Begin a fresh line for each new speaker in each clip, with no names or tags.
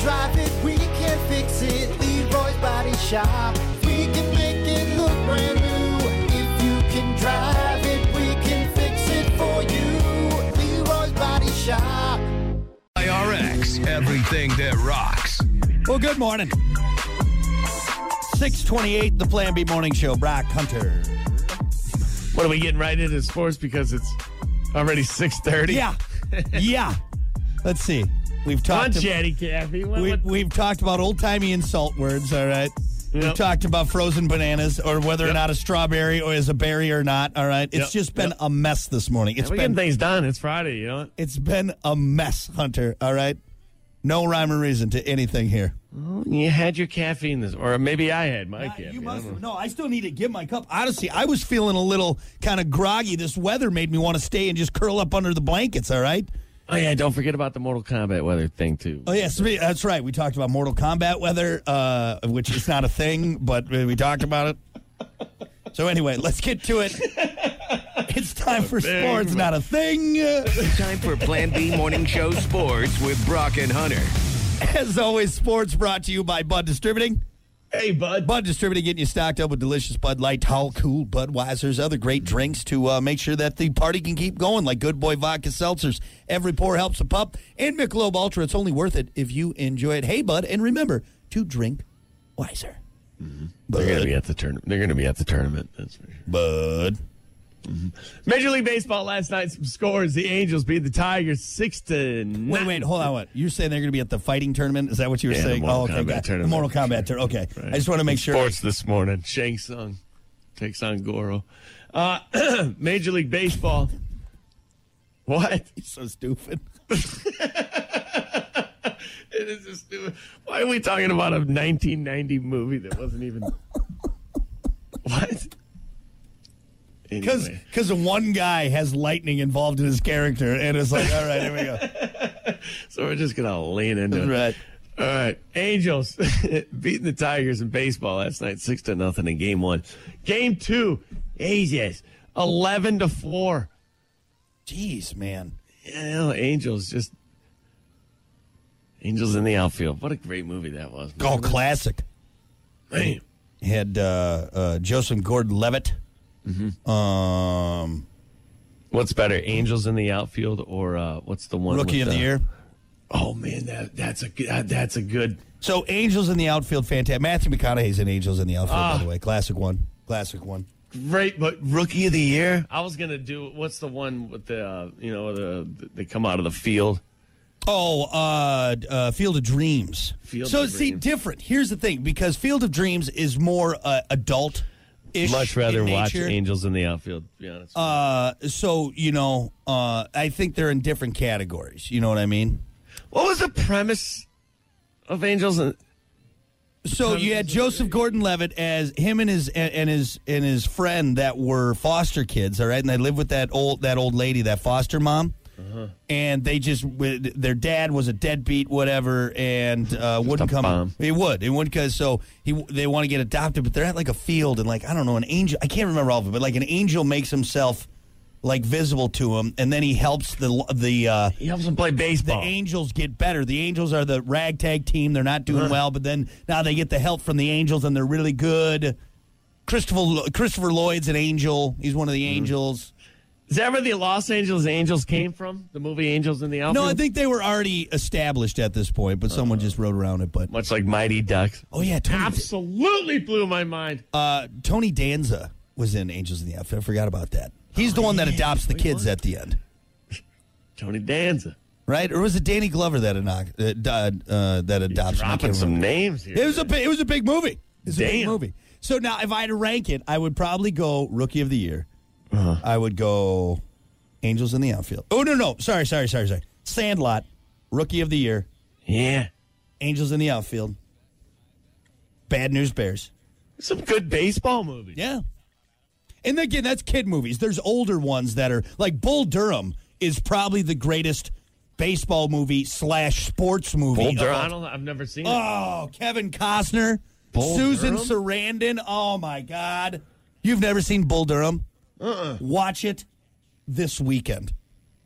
drive it, we can fix it. Leroy's Body Shop. We can make it look brand new. If you can drive it, we can fix it for you. Leroy's Body Shop.
IRX, everything that rocks.
Well, good morning. 628, the Plan B Morning Show. Brock Hunter.
What are we getting right into sports because it's already six thirty?
Yeah. Yeah. Let's see. We've
Come on,
talked about,
Chatty Cathy. What,
we,
what-
we've talked about old timey insult words, all right? We've
Yep.
talked about frozen bananas or whether or
Yep.
not a strawberry or is a berry or not, all right? It's
Yep.
just been
Yep.
a mess this morning. It's
We're
been
getting things done. It's Friday, you know.
it's been a mess, Hunter, all right? No rhyme or reason to anything here.
You had your caffeine this, or maybe I had my caffeine.
You
I
must
don't know.
no. I still need to get my cup. Honestly, I was feeling a little kind of groggy. This weather made me want to stay and just curl up under the blankets. All right.
Oh yeah, don't forget about the Mortal Kombat weather thing too.
Oh yes, we- that's right. We talked about Mortal Kombat weather, uh, which is not a thing, but we we talked about it. So anyway, let's get to it. It's time for sports, not a thing. Uh,
Time for Plan B Morning Show Sports with Brock and Hunter.
As always, sports brought to you by Bud Distributing.
Hey, bud.
Bud Distributing getting you stocked up with delicious Bud Light, Tall Cool, Budweiser's, other great drinks to uh, make sure that the party can keep going, like Good Boy Vodka Seltzers. Every pour helps a pup. And Michelob Ultra, it's only worth it if you enjoy it. Hey, Bud, and remember to drink wiser.
Mm-hmm. They're gonna be
Bud,
at the tournament. They're gonna be at the tournament. That's for sure.
Bud.
Major League Baseball last night. Some scores: the Angels beat the Tigers six to nine.
Wait, wait, hold on. What you're saying? They're going to be at the fighting tournament? Is that what you were
Yeah, the
saying?
Mortal
oh, okay,
Kombat
got it.
tournament.
The Mortal Kombat tournament. Okay, I just want to make sure.
Sports this morning. Shang Tsung takes on Goro. Uh, Major League Baseball. What?
So stupid.
It is just stupid. Why are we talking about a 1990 movie that wasn't even? what?
Because
Anyway.
because one guy has lightning involved in his character, and it's like, all right, here we go.
So we're just gonna lean into it.
Right.
All right. Angels beating the Tigers in baseball last night, six to nothing in game one. Game two, A's eleven to four.
Jeez, man.
You know, Angels just Angels in the outfield. What a great movie that was.
Oh, classic.
Man.
Had uh, uh, Joseph Gordon-Levitt. Um,
What's better, Angels in the outfield or uh, what's the one
rookie
with,
of the
uh,
year.
Oh man, that that's a good that- that's a good.
So Angels in the outfield, fantastic. Matthew McConaughey's in Angels in the outfield,
Ah.
by the way. Classic one. Classic one.
Great, but rookie of the year. I was gonna do what's the one with the uh, you know the they come out of the field.
Oh, uh, uh, Field of Dreams.
Field
so
of
see,
Dreams.
different. Here's the thing, because Field of Dreams is more uh, adult.
Much rather watch Angels in the outfield. To be honest, with
Uh, so you know, uh, I think they're in different categories. You know what I mean?
you. what was the premise of Angels? In,
So you had Joseph Gordon-Levitt as him and his and, and his and his friend that were foster kids, all right, and they lived with that old that old lady, that foster mom, and they just with- their dad was a deadbeat, whatever, and uh, wouldn't
a
come.
bum.
It would, it wouldn't, cause so he they want to get adopted, but they're at like a field, and like I don't know, an angel, I can't remember all of it, but like an angel makes himself like visible to him, and then he helps the the. Uh,
he helps them play
the
baseball.
Angels get better. The Angels are the ragtag team. They're not doing well, but then now they get the help from the Angels, and they're really good. Christopher Christopher Lloyd's an Angel. He's one of
Hmm.
the Angels.
Is that where the Los Angeles Angels came from? The movie Angels in the outfield.
No, I think they were already established at this point, but someone
Uh-huh.
just rode around it. But
much like Mighty Ducks.
oh yeah, Tony,
Absolutely blew my mind.
uh, Tony Danza was in Angels in the Outfit. I forgot about that. He's the one that adopts the kids at the end,
Tony Danza.
right? Or was it Danny Glover that inno- uh, d- uh, that adopts? him? I can't remember.
Dropping some names here.
It was a big, it was a big movie. It's a big
Damn.
movie. So now, if I had to rank it, I would probably go Rookie of the Year.
Uh-huh.
I would go Angels in the Outfield. Oh no, no, sorry, sorry, sorry, sorry. Sandlot, Rookie of the Year,
yeah.
Angels in the Outfield, Bad News Bears.
Some good baseball movies.
Yeah, and again, that's kid movies. There's older ones that are like Bull Durham is probably the greatest baseball movie slash sports movie.
Bull
of
Durham.
all
I don't, I've never seen it.
Oh, Kevin Costner,
Bull
Susan
Durham?
Sarandon. Oh my God! You've never seen Bull Durham? Uh-uh. Watch it this weekend.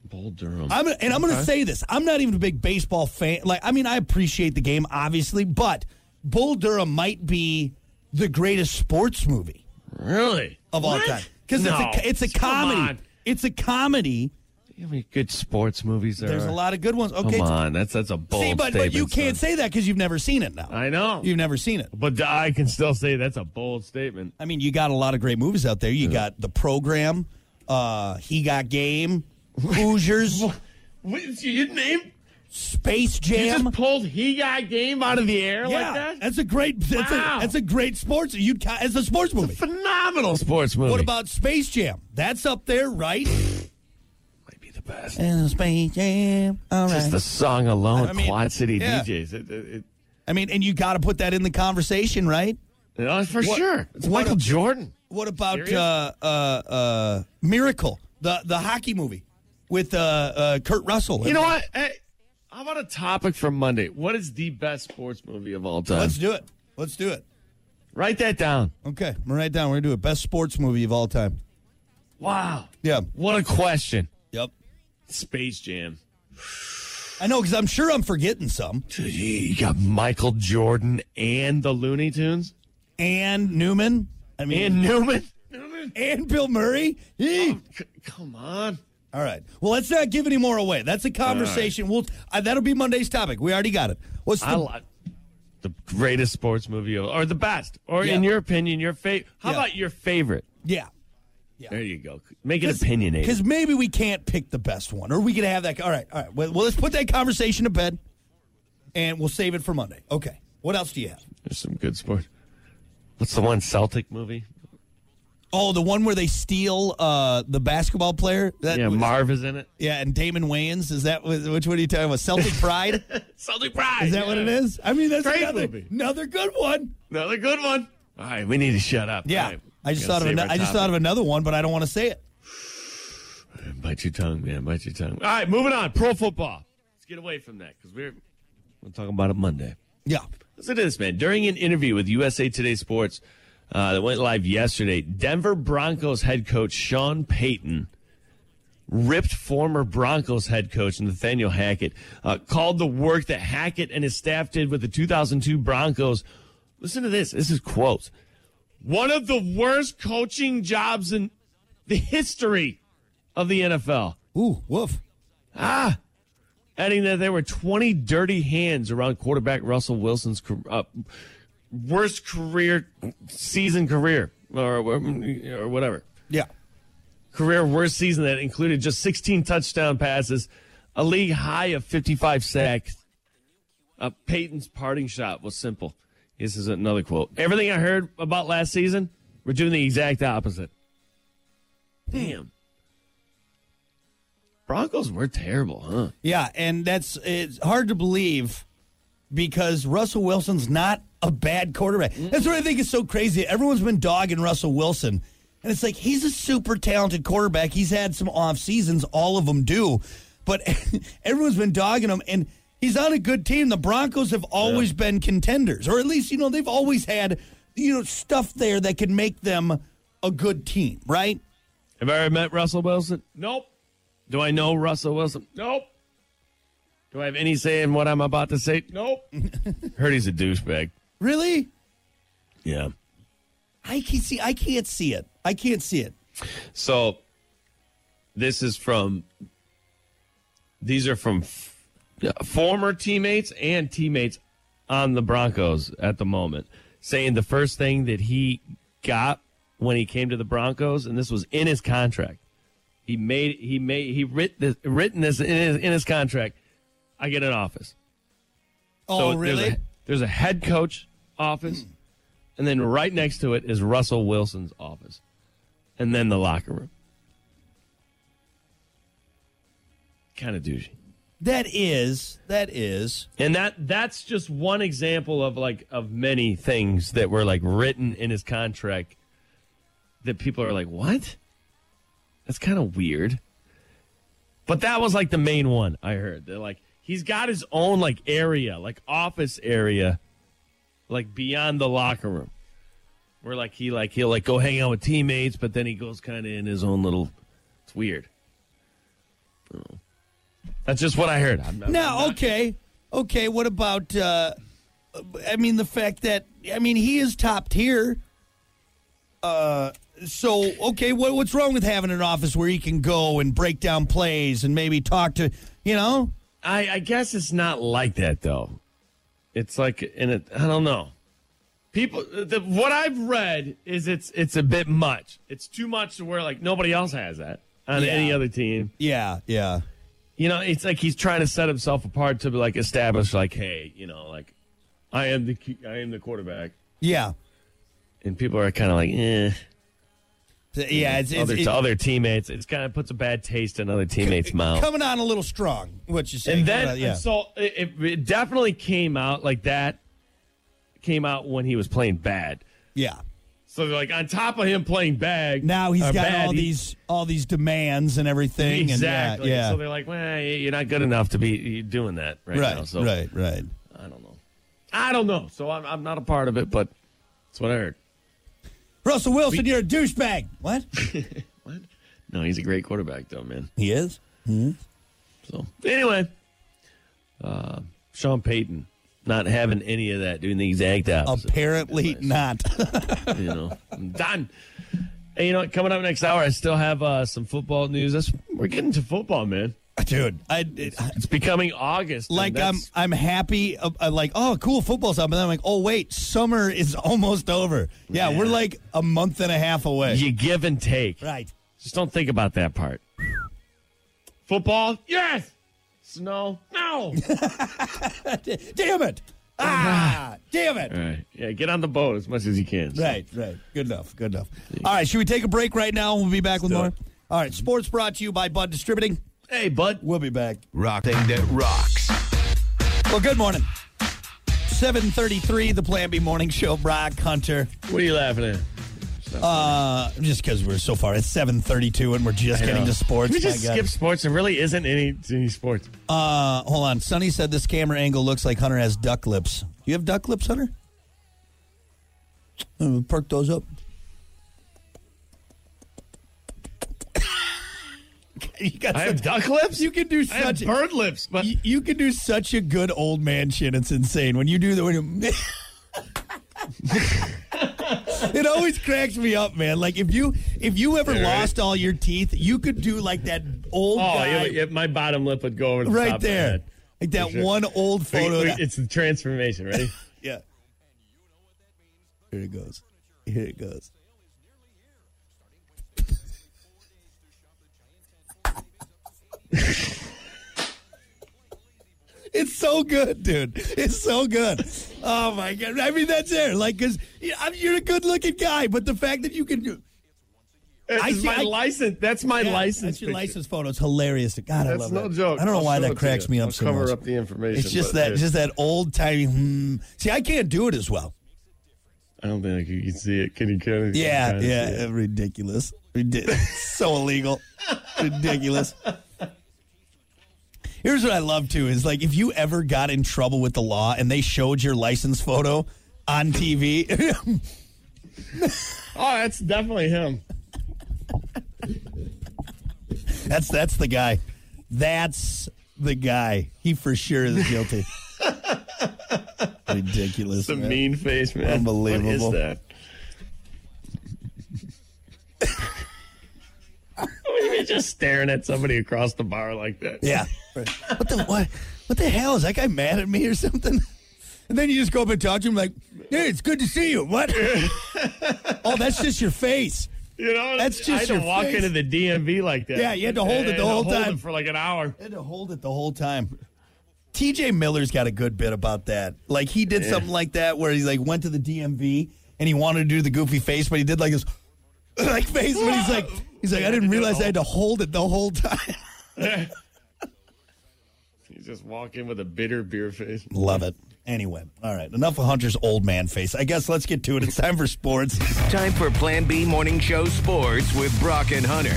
Bull Durham.
I'm and I'm going to say this. I'm not even a big baseball fan. Like, I mean, I appreciate the game, obviously, but Bull Durham might be the greatest sports movie
really?
of all
What?
time because
No.
it's a it's a
Come
comedy.
on.
It's a comedy.
You know how many good sports movies there
There's
are?
a lot of good ones.
Come
Okay,
on, that's that's a bold
see, but
statement.
but you can't
son.
say that because you've never seen it. Now
I know.
you've never seen it.
but I can still say that's a bold statement.
I mean, you got a lot of great movies out there. You got the program. Uh, he got game. Hoosiers.
Wait, you name?
Space
You
Jam.
just pulled he got game out of the air
yeah,
like that?
that's a great. That's,
Wow.
a, that's a great sports. You'd ca- it's a sports movie.
phenomenal sports movie.
What about Space Jam? That's up there, right?
might be the best?
Space Jam. All
Just the song alone,
I mean,
Quad City
yeah.
DJs. It, it, it,
I mean, and you got to put that in the conversation, right?
you know, for
What-
sure. It's
what
Michael
a-
Jordan.
What about
Serious?
uh, uh, uh, Miracle, the the hockey movie with uh, uh, Kurt Russell?
You know what? Hey, how about a topic for Monday? What is the best sports movie of all time?
Let's do it. Let's do it.
Write that down.
Okay, I'm gonna write down. We're gonna do it. Best sports movie of all time.
Wow.
Yeah.
What a question.
Yep.
Space Jam.
I know because I'm sure I'm forgetting some.
Dude, You got Michael Jordan and the Looney Tunes
And Newman. I mean,
and Newman. Newman.
and Bill Murray. Yee.
C- come on.
All right. Well, let's not give any more away. That's a conversation. We'll uh, that'll be Monday's topic. We already got it. What's the
I li- the greatest sports movie of, or the best, or in
Yeah.
your opinion, your favorite. How
Yeah.
about your favorite?
yeah?
There you go. Make it opinionated.
Because maybe we can't pick the best one, or we could have that. All right. All right. Well, well, let's put that conversation to bed, and we'll save it for Monday. Okay. What else do you have?
There's some good sports. What's the one Celtic movie?
Oh, the one where they steal uh, the basketball player. That
Yeah,
was-
Marv is in it.
yeah, and Damon Wayans. Is that which one are you talking about? Celtic Pride.
Celtic Pride.
Is that what it is? I mean, that's
Great
another,
movie.
another good one.
Another good one. All right, we need to shut up.
Yeah.
All right,
I just
gotta
thought of
save
an-
our
I just
topic.
thought of another one, but I don't want to say it.
Bite your tongue, man. Bite your tongue. All right, moving on. Pro football. Let's get away from that because we're we're talking about it Monday.
Yeah.
Listen to this, man. During an interview with USA Today Sports uh, that went live yesterday, Denver Broncos head coach Sean Payton ripped former Broncos head coach Nathaniel Hackett, uh, called the work that Hackett and his staff did with the 2002 Broncos. Listen to this. This is quotes. One of the worst coaching jobs in the history of the NFL
Ooh, woof.
adding that there were 20 dirty hands around quarterback Russell Wilson's car- uh, worst career season career or, or whatever
Yeah.
career worst season that included just 16 touchdown passes, a league high of 55 sacks. Uh, Peyton's parting shot was simple. This is another quote. Everything I heard about last season, we're doing the exact opposite. Damn. Broncos were terrible, huh?
Yeah, and that's it's hard to believe because Russell Wilson's not a bad quarterback. That's what I think is so crazy. Everyone's been dogging Russell Wilson, and it's like he's a super talented quarterback. He's had some off seasons, all of them do, but everyone's been dogging him, and he's on a good team. The Broncos have always been contenders, or at least you know they've always had you know stuff there that can make them a good team, right?
Have I ever met Russell Wilson? Nope. Do I know Russell Wilson? Nope. Do I have any say in what I'm about to say? Nope. Heard he's a douchebag.
Really,
Yeah.
I can see. I can't see it. I can't see it.
So this is from these are from f- former teammates and teammates on the Broncos at the moment saying the first thing that he got when he came to the Broncos and this was in his contract. He made he made he writ this, written this in his, in his contract. I get an office.
Oh,
So
really?
There's a, there's a head coach office, and then right next to it is Russell Wilson's office, and then the locker room. Kind of douchey.
That is, that is.
And that that's just one example of like of many things that were like written in his contract that people are like, "What? That's kind of weird." But that was like the main one I heard. They're like he's got his own like area, like office area like beyond the locker room. Where like he like he'll like go hang out with teammates, but then he goes kind of in his own little it's weird. That's just what I heard. I'm not-
Now, okay, okay. What about? Uh, I mean, the fact that I mean he is top tier. Uh, so okay, what, what's wrong with having an office where he can go and break down plays and maybe talk to you know?
I, I guess it's not like that though. It's like in a I don't know. People, the, what I've read is it's it's a bit much. It's too much to where like nobody else has that on
Yeah.
any other team.
Yeah, yeah,
You know, it's like he's trying to set himself apart to like establish like, hey, you know, like I am the key, I am the quarterback,
yeah,
and people are kind of like, eh.
yeah. It's, it's,
other,
it's
to other teammates, it's kind of puts a bad taste in other teammates' mouth.
coming on a little strong. What you say? Uh,
And then,
yeah,
so it, it- it definitely came out like that. Came out when he was playing bad.
yeah.
So they're like on top of him playing bag.
Now he's
or
got
bad,
all
he-
these all these demands and everything.
exactly.
And yeah, yeah.
So they're like, well, you're not good enough to be you're doing that right,
right,
now. So
right, right.
I don't know. I don't know. So I'm, I'm not a part of it, but that's what I heard.
Russell Wilson, you're a douchebag. What?
What? No, he's a great quarterback though, man.
he is.
So anyway, uh, Sean Payton not having any of that, doing the exact opposite.
Apparently not.
you know, I'm done. And you know what? Coming up next hour, I still have uh, some football news. That's, we're getting to football, man.
dude. I it,
It's becoming August. and
like um, I'm
that's-
I'm happy. uh, uh, like oh, cool football's up, and then I'm like oh wait, summer is almost over. Yeah, we're like a month and a half away.
you give and take.
Right.
Just don't think about that part. Football? Yes. Snow? No.
Damn it! Ah, damn it!
All right. Yeah, get on the boat as much as you can.
Right, right. Good enough. Good enough. All right, should we take a break right now? We'll be back with
do
more.
it.
All right, sports brought to you by Bud Distributing.
Hey, bud.
We'll be back.
Rock thing that rocks.
Well, good morning. 7:33, the Plan B Morning Show. Brock Hunter.
What are you laughing at?
Uh, just because we're so far, it's 7:32, and we're just getting to sports.
We
My
just
God.
skip sports. There really isn't any, any sports.
Uh, hold on. Sonny said this camera angle looks like Hunter has duck lips. Do you have duck lips, Hunter? Uh, perk those up. you got
I
such,
have duck lips.
you can do
I have
such
bird lips, but
you, you can do such a good old man chin. It's insane when you do that. When you, it always cracks me up, man. Like if you if you ever
Yeah, right.
lost all your teeth, you could do like that old
oh,
guy
yeah, but- yeah, my bottom lip would go over the top
right
of my
there.
head.
Like that
For sure.
one old
Wait,
photo.
wait,
that-
it's the transformation, ready?
yeah. Here it goes. Here it goes. It's so good, dude. It's so good. Oh my god! I mean, that's it. Like, cause yeah, I mean, you're a good-looking guy, but the fact that you can do I
This is
see-
my
I-
license. That's my
Yeah,
license.
That's your
picture.
license photo. It's hilarious. God, I
That's
love
no
that.
joke.
I don't know
I'll
why
show it
that
to
cracks
you.
me up
I'll
so
cover
much.
up the information,
It's just
but
that,
it's-
just that old timey. Hmm. See, I can't do it as well.
I don't think you can see it. Can you? Can you
Yeah,
can you
yeah, uh,
see it?
ridiculous. Ridi- so illegal. Ridiculous. Here's what I love too is like if you ever got in trouble with the law and they showed your license photo on TV,
Oh, that's definitely him.
that's that's the guy. That's the guy. He for sure is guilty. ridiculous.
It's a
man.
mean face, man.
Unbelievable.
What is that? what do you mean just staring at somebody across the bar like that?
Yeah. What the what? What the hell is that guy mad at me or something? And then you just go up and talk to him like, "Hey, it's good to see you." What? oh, that's just your face.
You know,
That's just
I had to
your
walk
face.
into the DMV like that.
Yeah, you had to hold it
I had
the
to
whole
hold
time.
it for like an hour.
I had to hold it the whole time. T.J. Miller's got a good bit about that. Like he did something like that where he like went to the DMV and he wanted to do the goofy face, but he did like his like face. But he's like, he's like, I didn't realize I had to hold it the whole time.
You just walk in with a bitter beer face.
Love it. Anyway, all right. Enough of Hunter's old man face. I guess let's get to it. It's time for sports.
Time for Plan B Morning Show Sports with Brock and Hunter.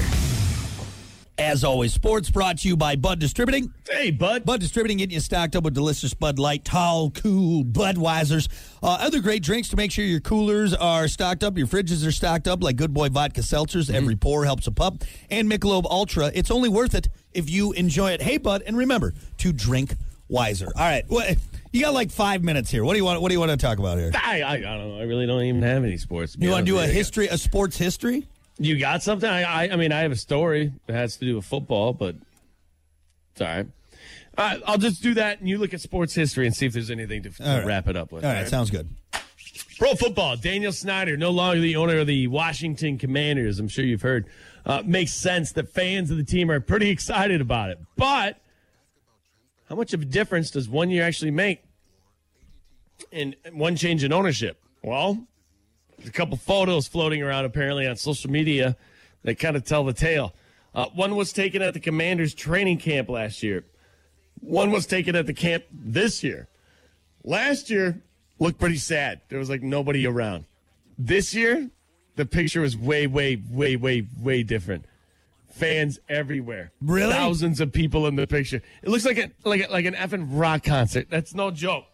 As always, sports brought to you by Bud Distributing.
Hey, bud.
Bud Distributing getting you stocked up with delicious Bud Light, tall, cool Budweisers, uh, other great drinks to make sure your coolers are stocked up, your fridges are stocked up, like Good Boy Vodka
Mm-hmm.
Seltzers. Every pour helps a pup, and Michelob Ultra. It's only worth it if you enjoy it. Hey, Bud, and remember to drink wiser. All right, well, you got like five minutes here. What do you want? What do you want to talk about here?
I, I, I don't know. I really don't even have any sports. be
You want to do a
honest with you.
history, a sports history?
You got something? I, I, I mean, I have a story that has to do with football, but it's all right. All right, I'll just do that, and you look at sports history and see if there's anything to, to
All right.
wrap it up with.
All
all
right,
right?
sounds good.
Pro football, Daniel Snyder, no longer the owner of the Washington Commanders. I'm sure you've heard. Uh, makes sense that fans of the team are pretty excited about it. But how much of a difference does one year actually make in one change in ownership? Well, there's a couple photos floating around apparently on social media that kind of tell the tale. Uh, one was taken at the Commanders training camp last year, one was taken at the camp this year. Last year looked pretty sad. There was like nobody around. This year, the picture was way, way, way, way, way different. Fans everywhere.
Really?
Thousands of people in the picture. It looks like a like a, like an effing rock concert. That's no joke.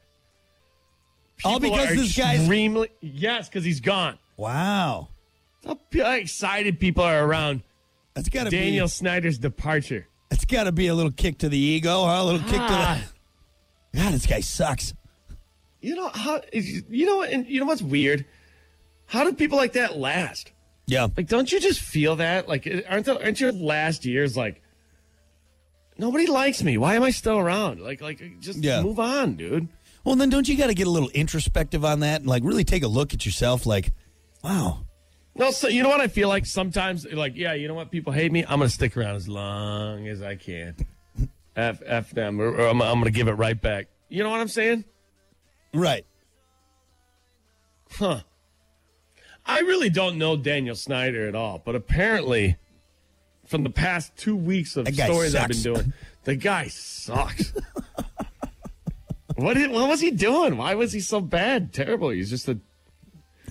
All
People
because
are
this guy's
extremely yes, because he's gone.
wow.
How p- how excited people are around
That's got to be
Daniel Snyder's departure.
It's got to be a little kick to the ego, huh? A little kick to the. God, this guy sucks.
You know how is- you know and you know what's weird? How do people like that last?
Yeah.
Like, don't you just feel that? Like, it- aren't the, aren't your last years like nobody likes me? Why am I still around? Like, like just
Yeah.
move on, dude.
Well, then don't you got to get a little introspective on that and like really take a look at yourself? Like, wow.
No, so you know what I feel like sometimes. Like, yeah, you know what? People hate me. I'm gonna stick around as long as I can. F F them, or, or I'm, I'm gonna give it right back. You know what I'm saying?
Right.
Huh. I really don't know Daniel Snyder at all, but apparently, from the past two weeks of
That guy
stories I've
sucks.
been doing, the guy sucks. what, did, what was he doing? Why was he so bad? Terrible. He's just a,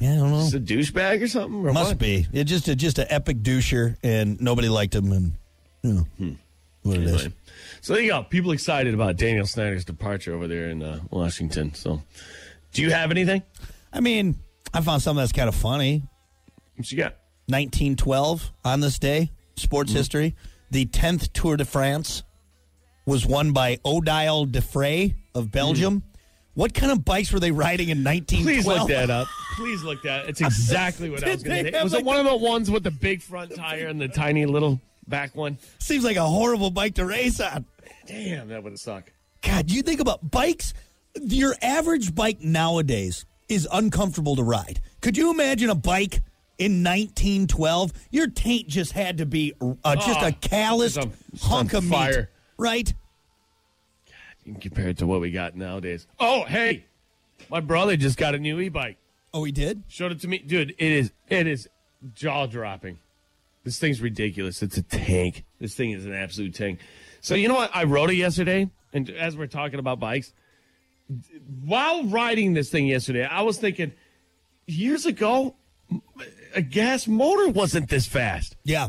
Yeah, I don't know.
just a douchebag or something? Or
Must
what?
be. It just a, just an epic doucher, and nobody liked him, and you know what it is.
Anyway. So there you go. People excited about Daniel Snyder's departure over there in uh, Washington. So, do you have anything?
I mean, I found something that's kind of funny.
What you got?
1912 on this day, sports
Mm-hmm.
history, the 10th Tour de France was won by Odile de Frey of
Mm-hmm.
Belgium. What kind of bikes were they riding in 1912?
Please look that up. Please look that. It's exactly what I was
Did
going
they
to say.
have,
Was
like,
it one of the ones with the big front tire and the tiny little back one?
Seems like a horrible bike to race on.
Damn, that would suck.
God, you think about bikes. Your average bike nowadays is uncomfortable to ride. Could you imagine a bike in 1912? Your taint just had to be uh, just
Ah,
a calloused
it's on- it's
hunk
on
of meat,
fire.
right?
You can compare it to what we got nowadays. Oh, hey, my brother just got a new e-bike.
Oh, he did.
Showed it to me, dude. It is it is jaw dropping. This thing's ridiculous. It's a tank. This thing is an absolute tank. So you know what? I rode it yesterday, and as we're talking about bikes, while riding this thing yesterday, I was thinking, years ago, a gas motor wasn't this fast.
Yeah.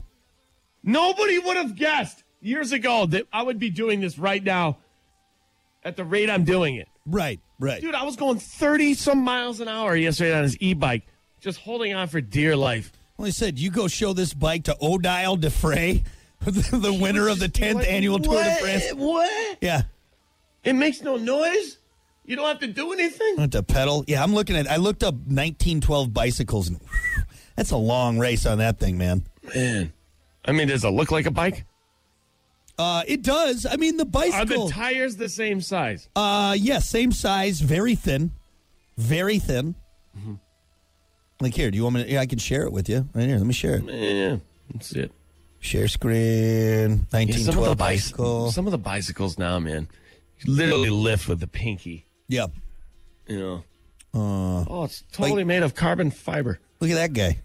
Nobody would have guessed years ago that I would be doing this right now at the rate I'm doing it.
Right. Right.
Dude, I was going 30 some miles an hour yesterday on his e bike, just holding on for dear life.
Well, he said, you go show this bike to Odile DeFray, the, the winner of the 10th
What-
annual Tour de
what-
France.
What?
Yeah.
It makes no noise? You don't have to do anything?
Went to pedal. Yeah, I'm looking at, I looked up 1912 bicycles, and that's a long race on that thing, man.
I mean, does it look like a bike?
Uh, it does. I mean, the
Are the
bicycle.
tires the same size?
uh, yeah, same size, very thin. Very thin.
Mm-hmm.
Like, here, do you want me to, yeah, I can share it with you. Right here, let me share it.
yeah, that's it.
Share screen, 1912
Yeah, some of the bicy-
bicycle.
some of the bicycles now, man, you literally lift with the pinky.
yeah.
You know. oh, it's totally
Uh, like-
made of carbon fiber.
Look at that guy.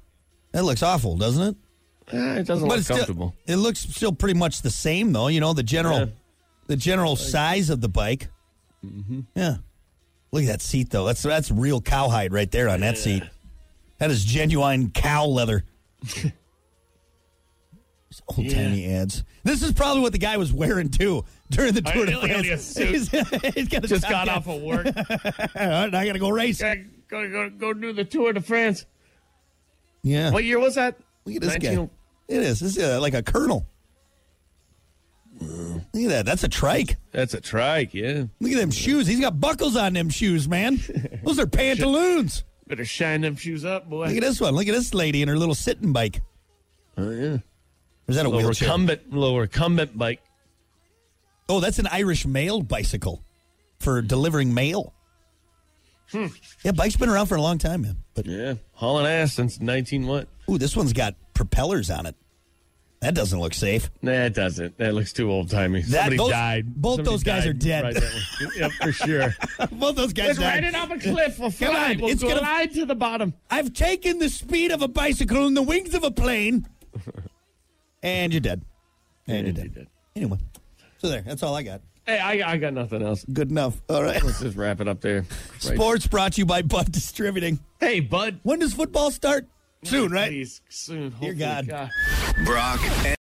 That looks awful, doesn't it?
Ah, it doesn't
but
look
it's still,
comfortable.
it looks still pretty much the same though you know the general
Yeah.
the general size of the bike
Mm-hmm.
yeah look at that seat though that's that's real cowhide right there on that seat that is genuine cow leather These Old timey ads. This is probably what the guy was wearing too during the
I
Tour de
really
France.
only a suit.
He's- he's got a
Just
top
got
hat.
off of work.
All right, I gotta go race.
go, go, go do the Tour de France.
Yeah,
What year was that?
look at this
19
guy. It is. This is uh, like a colonel. Look at that. That's a trike.
That's a trike, yeah.
Look at them shoes. He's got buckles on them shoes, man. Those are pantaloons.
Better shine them shoes up, boy.
Look at this one. Look at this lady and her little sitting bike.
Oh, yeah.
Or Is that a
Little
wheelchair?
recumbent, little recumbent bike.
oh, that's an Irish mail bicycle for delivering mail. Hmm. Yeah, bike's been around for a long time, man. But
Yeah, hauling ass since 19 what?
ooh, this one's got propellers on it. That doesn't look safe.
Nah, it doesn't. That looks too old timey. Somebody
those-
died.
both
Somebody
those guys
died
are dead.
right there. yep, for sure.
Both those guys
Let's
died.
ride it off a cliff. We'll
Come
fly.
on,
We'll
it's gonna-
glide to the bottom.
I've taken the speed of a bicycle and the wings of a plane. and you're dead. And, you're
And
dead.
you're dead.
Anyway. So there, that's all I got.
Hey, I, I got nothing else.
Good enough. All right.
Let's just wrap it up there. Right.
Sports brought to you by Bud Distributing.
Hey, bud.
When does football start? Soon, right?
Please, soon.
Dear God.
Brock